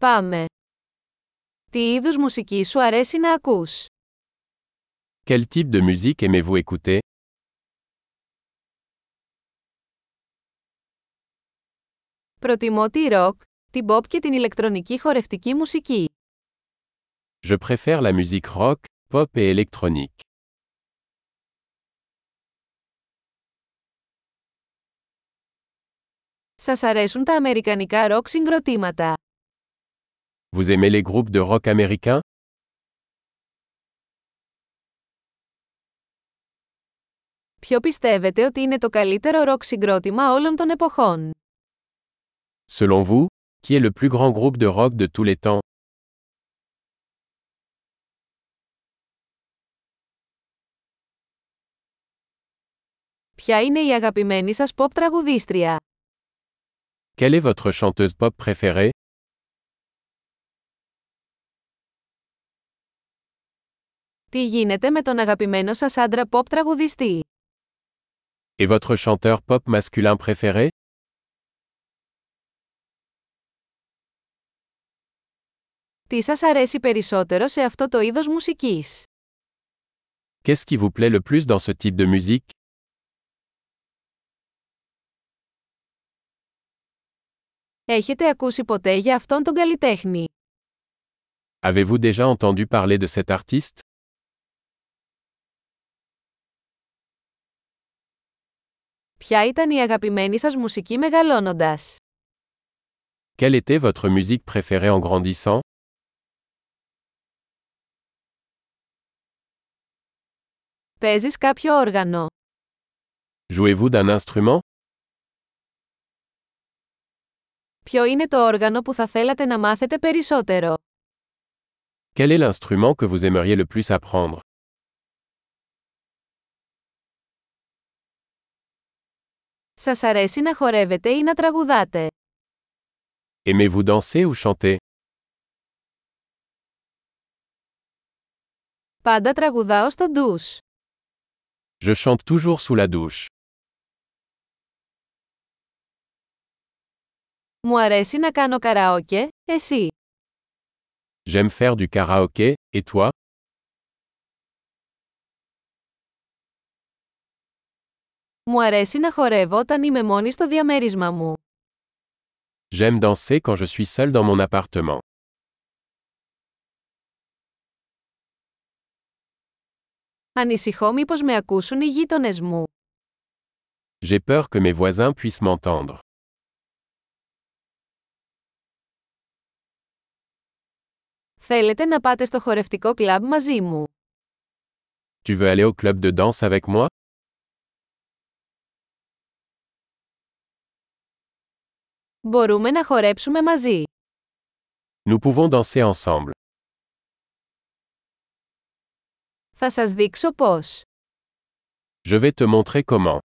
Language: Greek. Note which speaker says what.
Speaker 1: Πάμε. Τι είδους μουσική σου αρέσει να ακούς?
Speaker 2: Quel type de musique aimez-vous écouter
Speaker 1: Προτιμώ τη ροκ, την pop και την ηλεκτρονική χορευτική μουσική.
Speaker 2: Je préfère la musique rock, pop et électronique.
Speaker 1: Σας αρέσουν τα αμερικανικά ροκ συγκροτήματα.
Speaker 2: Vous aimez les groupes de rock américains
Speaker 1: Ποιο πιστεύετε ότι είναι το καλύτερο ροκ συγκρότημα όλων των εποχών?
Speaker 2: Selon vous, qui est le plus grand groupe de rock de tous les temps
Speaker 1: Ποια είναι η αγαπημένη σας pop τραγουδίστρια?
Speaker 2: Quelle est votre chanteuse pop préférée
Speaker 1: Τι γίνεται με τον αγαπημένο σας άντρα pop τραγουδιστή?
Speaker 2: Et votre chanteur pop masculin préféré
Speaker 1: Τι σας αρέσει περισσότερο σε αυτό το είδος μουσικής?
Speaker 2: Qu'est-ce qui vous plaît le plus dans ce type de musique
Speaker 1: Έχετε ακούσει ποτέ για αυτόν τον καλλιτέχνη.
Speaker 2: Avez-vous déjà entendu parler de cet artiste
Speaker 1: Ποια ήταν η αγαπημένη σας μουσική μεγαλώνοντας.
Speaker 2: Quelle était votre musique préférée en grandissant
Speaker 1: Παίζεις κάποιο όργανο.
Speaker 2: Jouez-vous d'un instrument
Speaker 1: Ποιο είναι το όργανο που θα θέλατε να μάθετε περισσότερο.
Speaker 2: Quel est l'instrument que vous aimeriez le plus apprendre
Speaker 1: Σας αρέσει να χορεύετε ή να τραγουδάτε.
Speaker 2: Aimez-vous danser ou chanter
Speaker 1: Πάντα τραγουδάω στο ντους.
Speaker 2: Je chante toujours sous la douche.
Speaker 1: Μου αρέσει να κάνω καραόκε, εσύ.
Speaker 2: J'aime faire du karaoké, et toi
Speaker 1: Μου αρέσει να χορεύω όταν είμαι μόνη στο διαμέρισμα μου.
Speaker 2: J'aime danser quand je suis seul dans mon appartement.
Speaker 1: Ανησυχώ μήπως με ακούσουν οι γείτονες μου.
Speaker 2: J'ai peur que mes voisins puissent m'entendre.
Speaker 1: Θέλετε να πάτε στο χορευτικό κλαμπ μαζί μου.
Speaker 2: Tu veux aller au club de danse avec moi
Speaker 1: Μπορούμε να χορέψουμε μαζί.
Speaker 2: Nous pouvons danser ensemble.
Speaker 1: Θα σας δείξω πώς.
Speaker 2: Je vais te montrer comment.